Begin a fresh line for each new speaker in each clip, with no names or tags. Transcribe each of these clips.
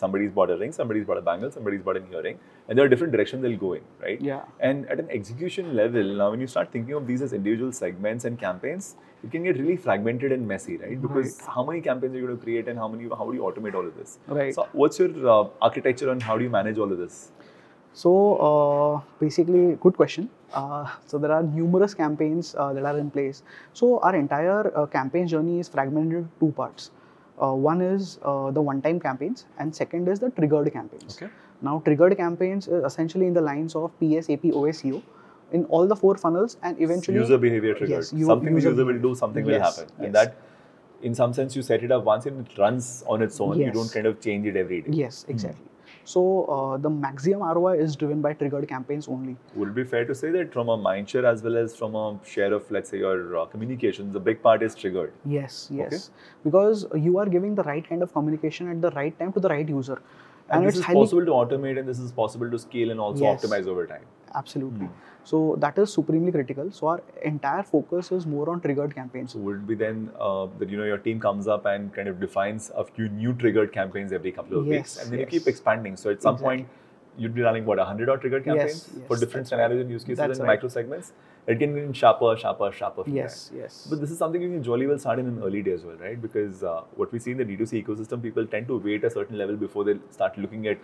Somebody's bought a ring, somebody's bought a bangle, somebody's bought an earring, and there are different directions they'll go in, right?
Yeah.
And at an execution level, now when you start thinking of these as individual segments and campaigns, it can get really fragmented and messy, right? Because how many campaigns are you going to create, and how many how do you automate all of this?
Right.
So, what's your uh, architecture on how do you manage all of this?
So uh, basically, good question. Uh, so there are numerous campaigns uh, that are in place. So our entire uh, campaign journey is fragmented into two parts. Uh, one is uh, the one-time campaigns, and second is the triggered campaigns.
Okay.
Now, triggered campaigns is essentially in the lines of PS, AP, OSEO E in all the four funnels, and eventually
user behavior triggered.
Yes, u-
something
user
the user will do, something will
Yes,
happen, and
yes.
that, in some sense, you set it up once and it runs on its own. You
Yes.
don't kind of change it every day.
Yes, exactly. So uh, the maximum ROI is driven by triggered campaigns only.
Would it be fair to say that from a mind share as well as from a share of, let's say, your uh, communications, a big part is triggered?
Yes, yes. Because you are giving the right kind of communication at the right time to the right user.
And, this is possible to automate and this is possible to scale and also
Yes.
optimize over time. Hmm.
absolutely. So that is supremely critical. So our entire focus is more on triggered campaigns.
So would it be then uh, that, you know, your team comes up and kind of defines a few new triggered campaigns every couple of weeks
Yes,
and then
yes.
you keep expanding. So at some
Exactly.
point, you'd be running, what, 100 odd triggered
Yes,
campaigns for different
yes, that's right.
scenarios and use cases
That's
and
right.
micro segments? It can get sharper, sharper, sharper. from there.
Yes, yes.
But this is something you can jolly well start in an early day as well, right? Because uh, what we see in the D2C ecosystem, people tend to wait a certain level before they start looking at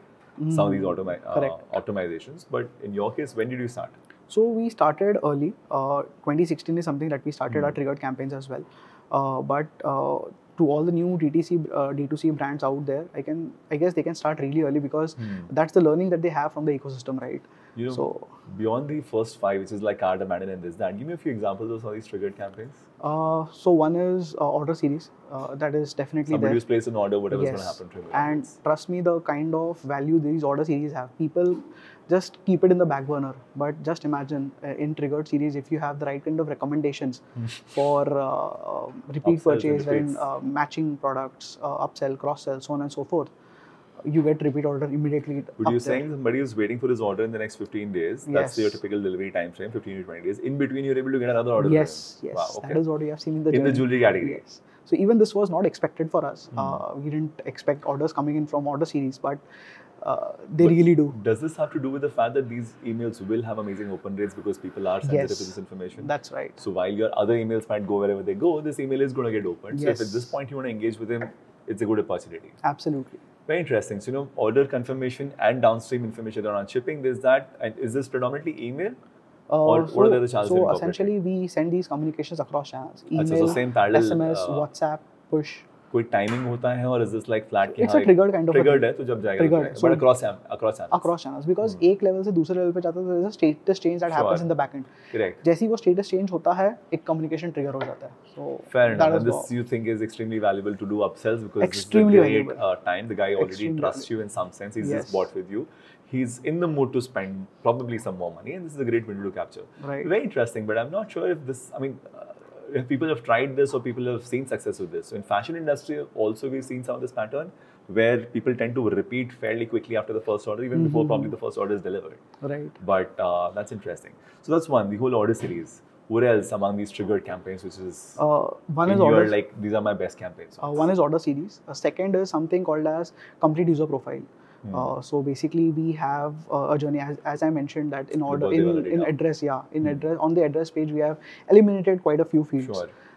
some of these automi-
Hmm. correct.
uh, optimizations. But in your case, when did you start?
So we started early. Uh, 2016 is something that we started
Hmm.
our triggered campaigns as well. Uh, but uh, to all the new DTC, uh, D2C brands out there, I can, I guess they can start really early because that's the learning that they have from the ecosystem, right?
Hmm. You know,
So
beyond the first five, which is like Card, Abandon, and this, that, give me a few examples of some of these triggered campaigns.
Uh, so one is uh, order series uh, that is definitely
Somebody
there.
who's placed an order, whatever's going to happen to him.
and trust me, the kind of value these order series have, people just keep it in the back burner. But just imagine uh, in triggered series, if you have the right kind of recommendations for uh, uh, repeat
Hmm. Upsells and
purchase, when
repeats.
uh, matching products, uh, upsell, cross sell, so on and so forth, you get repeat order immediately.
But
up
you're
there.
saying somebody who's waiting for his order in the next 15 days, that's
Yes.
your typical delivery time frame, 15 to 20 days. In between, you're able to get another order. from
Yes,
him.
yes,
Wow, okay.
that is what we have seen in the
in the
journey.
jewelry category. Hmm.
Yes. So even this was not expected for us. Uh, we didn't expect orders coming in from order series, but uh, they really do.
Does this have to do with the fact that these emails will have amazing open rates because people are sensitive
Yes.
to this information?
That's right.
so while your other emails might go wherever they go, this email is going to get opened. So if at
Yes.
this point you want to engage with them, it's a good opportunity.
Absolutely.
Very interesting. So you know, order confirmation and downstream information around shipping. There's that, and is this predominantly email?
Uh,
Or what are the chances
So
in corporate?
essentially, we send these communications across channels:
Achha, so
email,
same parallel,
SMS,
uh,
WhatsApp, push.
कोई timing होता है और is this like flat
It's a triggered kind of a
triggered
thing.
हाँ है तो जब जाएगा
Triggered है.
But
So-
across across
Across channels, because एक लेवल से दूसरे लेवल पे जाता है, there is a status change that happens
Hmm. Sure.
in the back end.
Correct
जैसे ही वो status change होता है, एक communication trigger हो जाता है. So
Fair enough.
that
And
is
this
what-
you think is extremely valuable to do upsells because
Extremely
this is a great
valuable.
uh, time. The guy already
Extremely
trusts you in some sense. He's just
Yes.
bought with you. He's in the mood to spend probably some more money, and this is a great window to capture.
Right.
Very interesting, but I'm not sure if this. I mean. Uh, if people have tried this or people have seen success with this. So in fashion industry also we've seen some of this pattern where people tend to repeat fairly quickly after the first order, even before
Mm-hmm.
probably the first order is delivered.
right.
But uh, that's interesting. So that's one, the whole order series. What else among these triggered campaigns, which is
Uh, one
in
is
your,
orders.
like these are my best campaigns.
Uh, one is order series. A second is something called as complete user profile.
Hmm.
Uh, so basically, we have uh, a journey as, as I mentioned that in order
both they've
in,
already
in
done. Hmm.
address yeah in address on the address page we have eliminated quite a few fields.
Sure.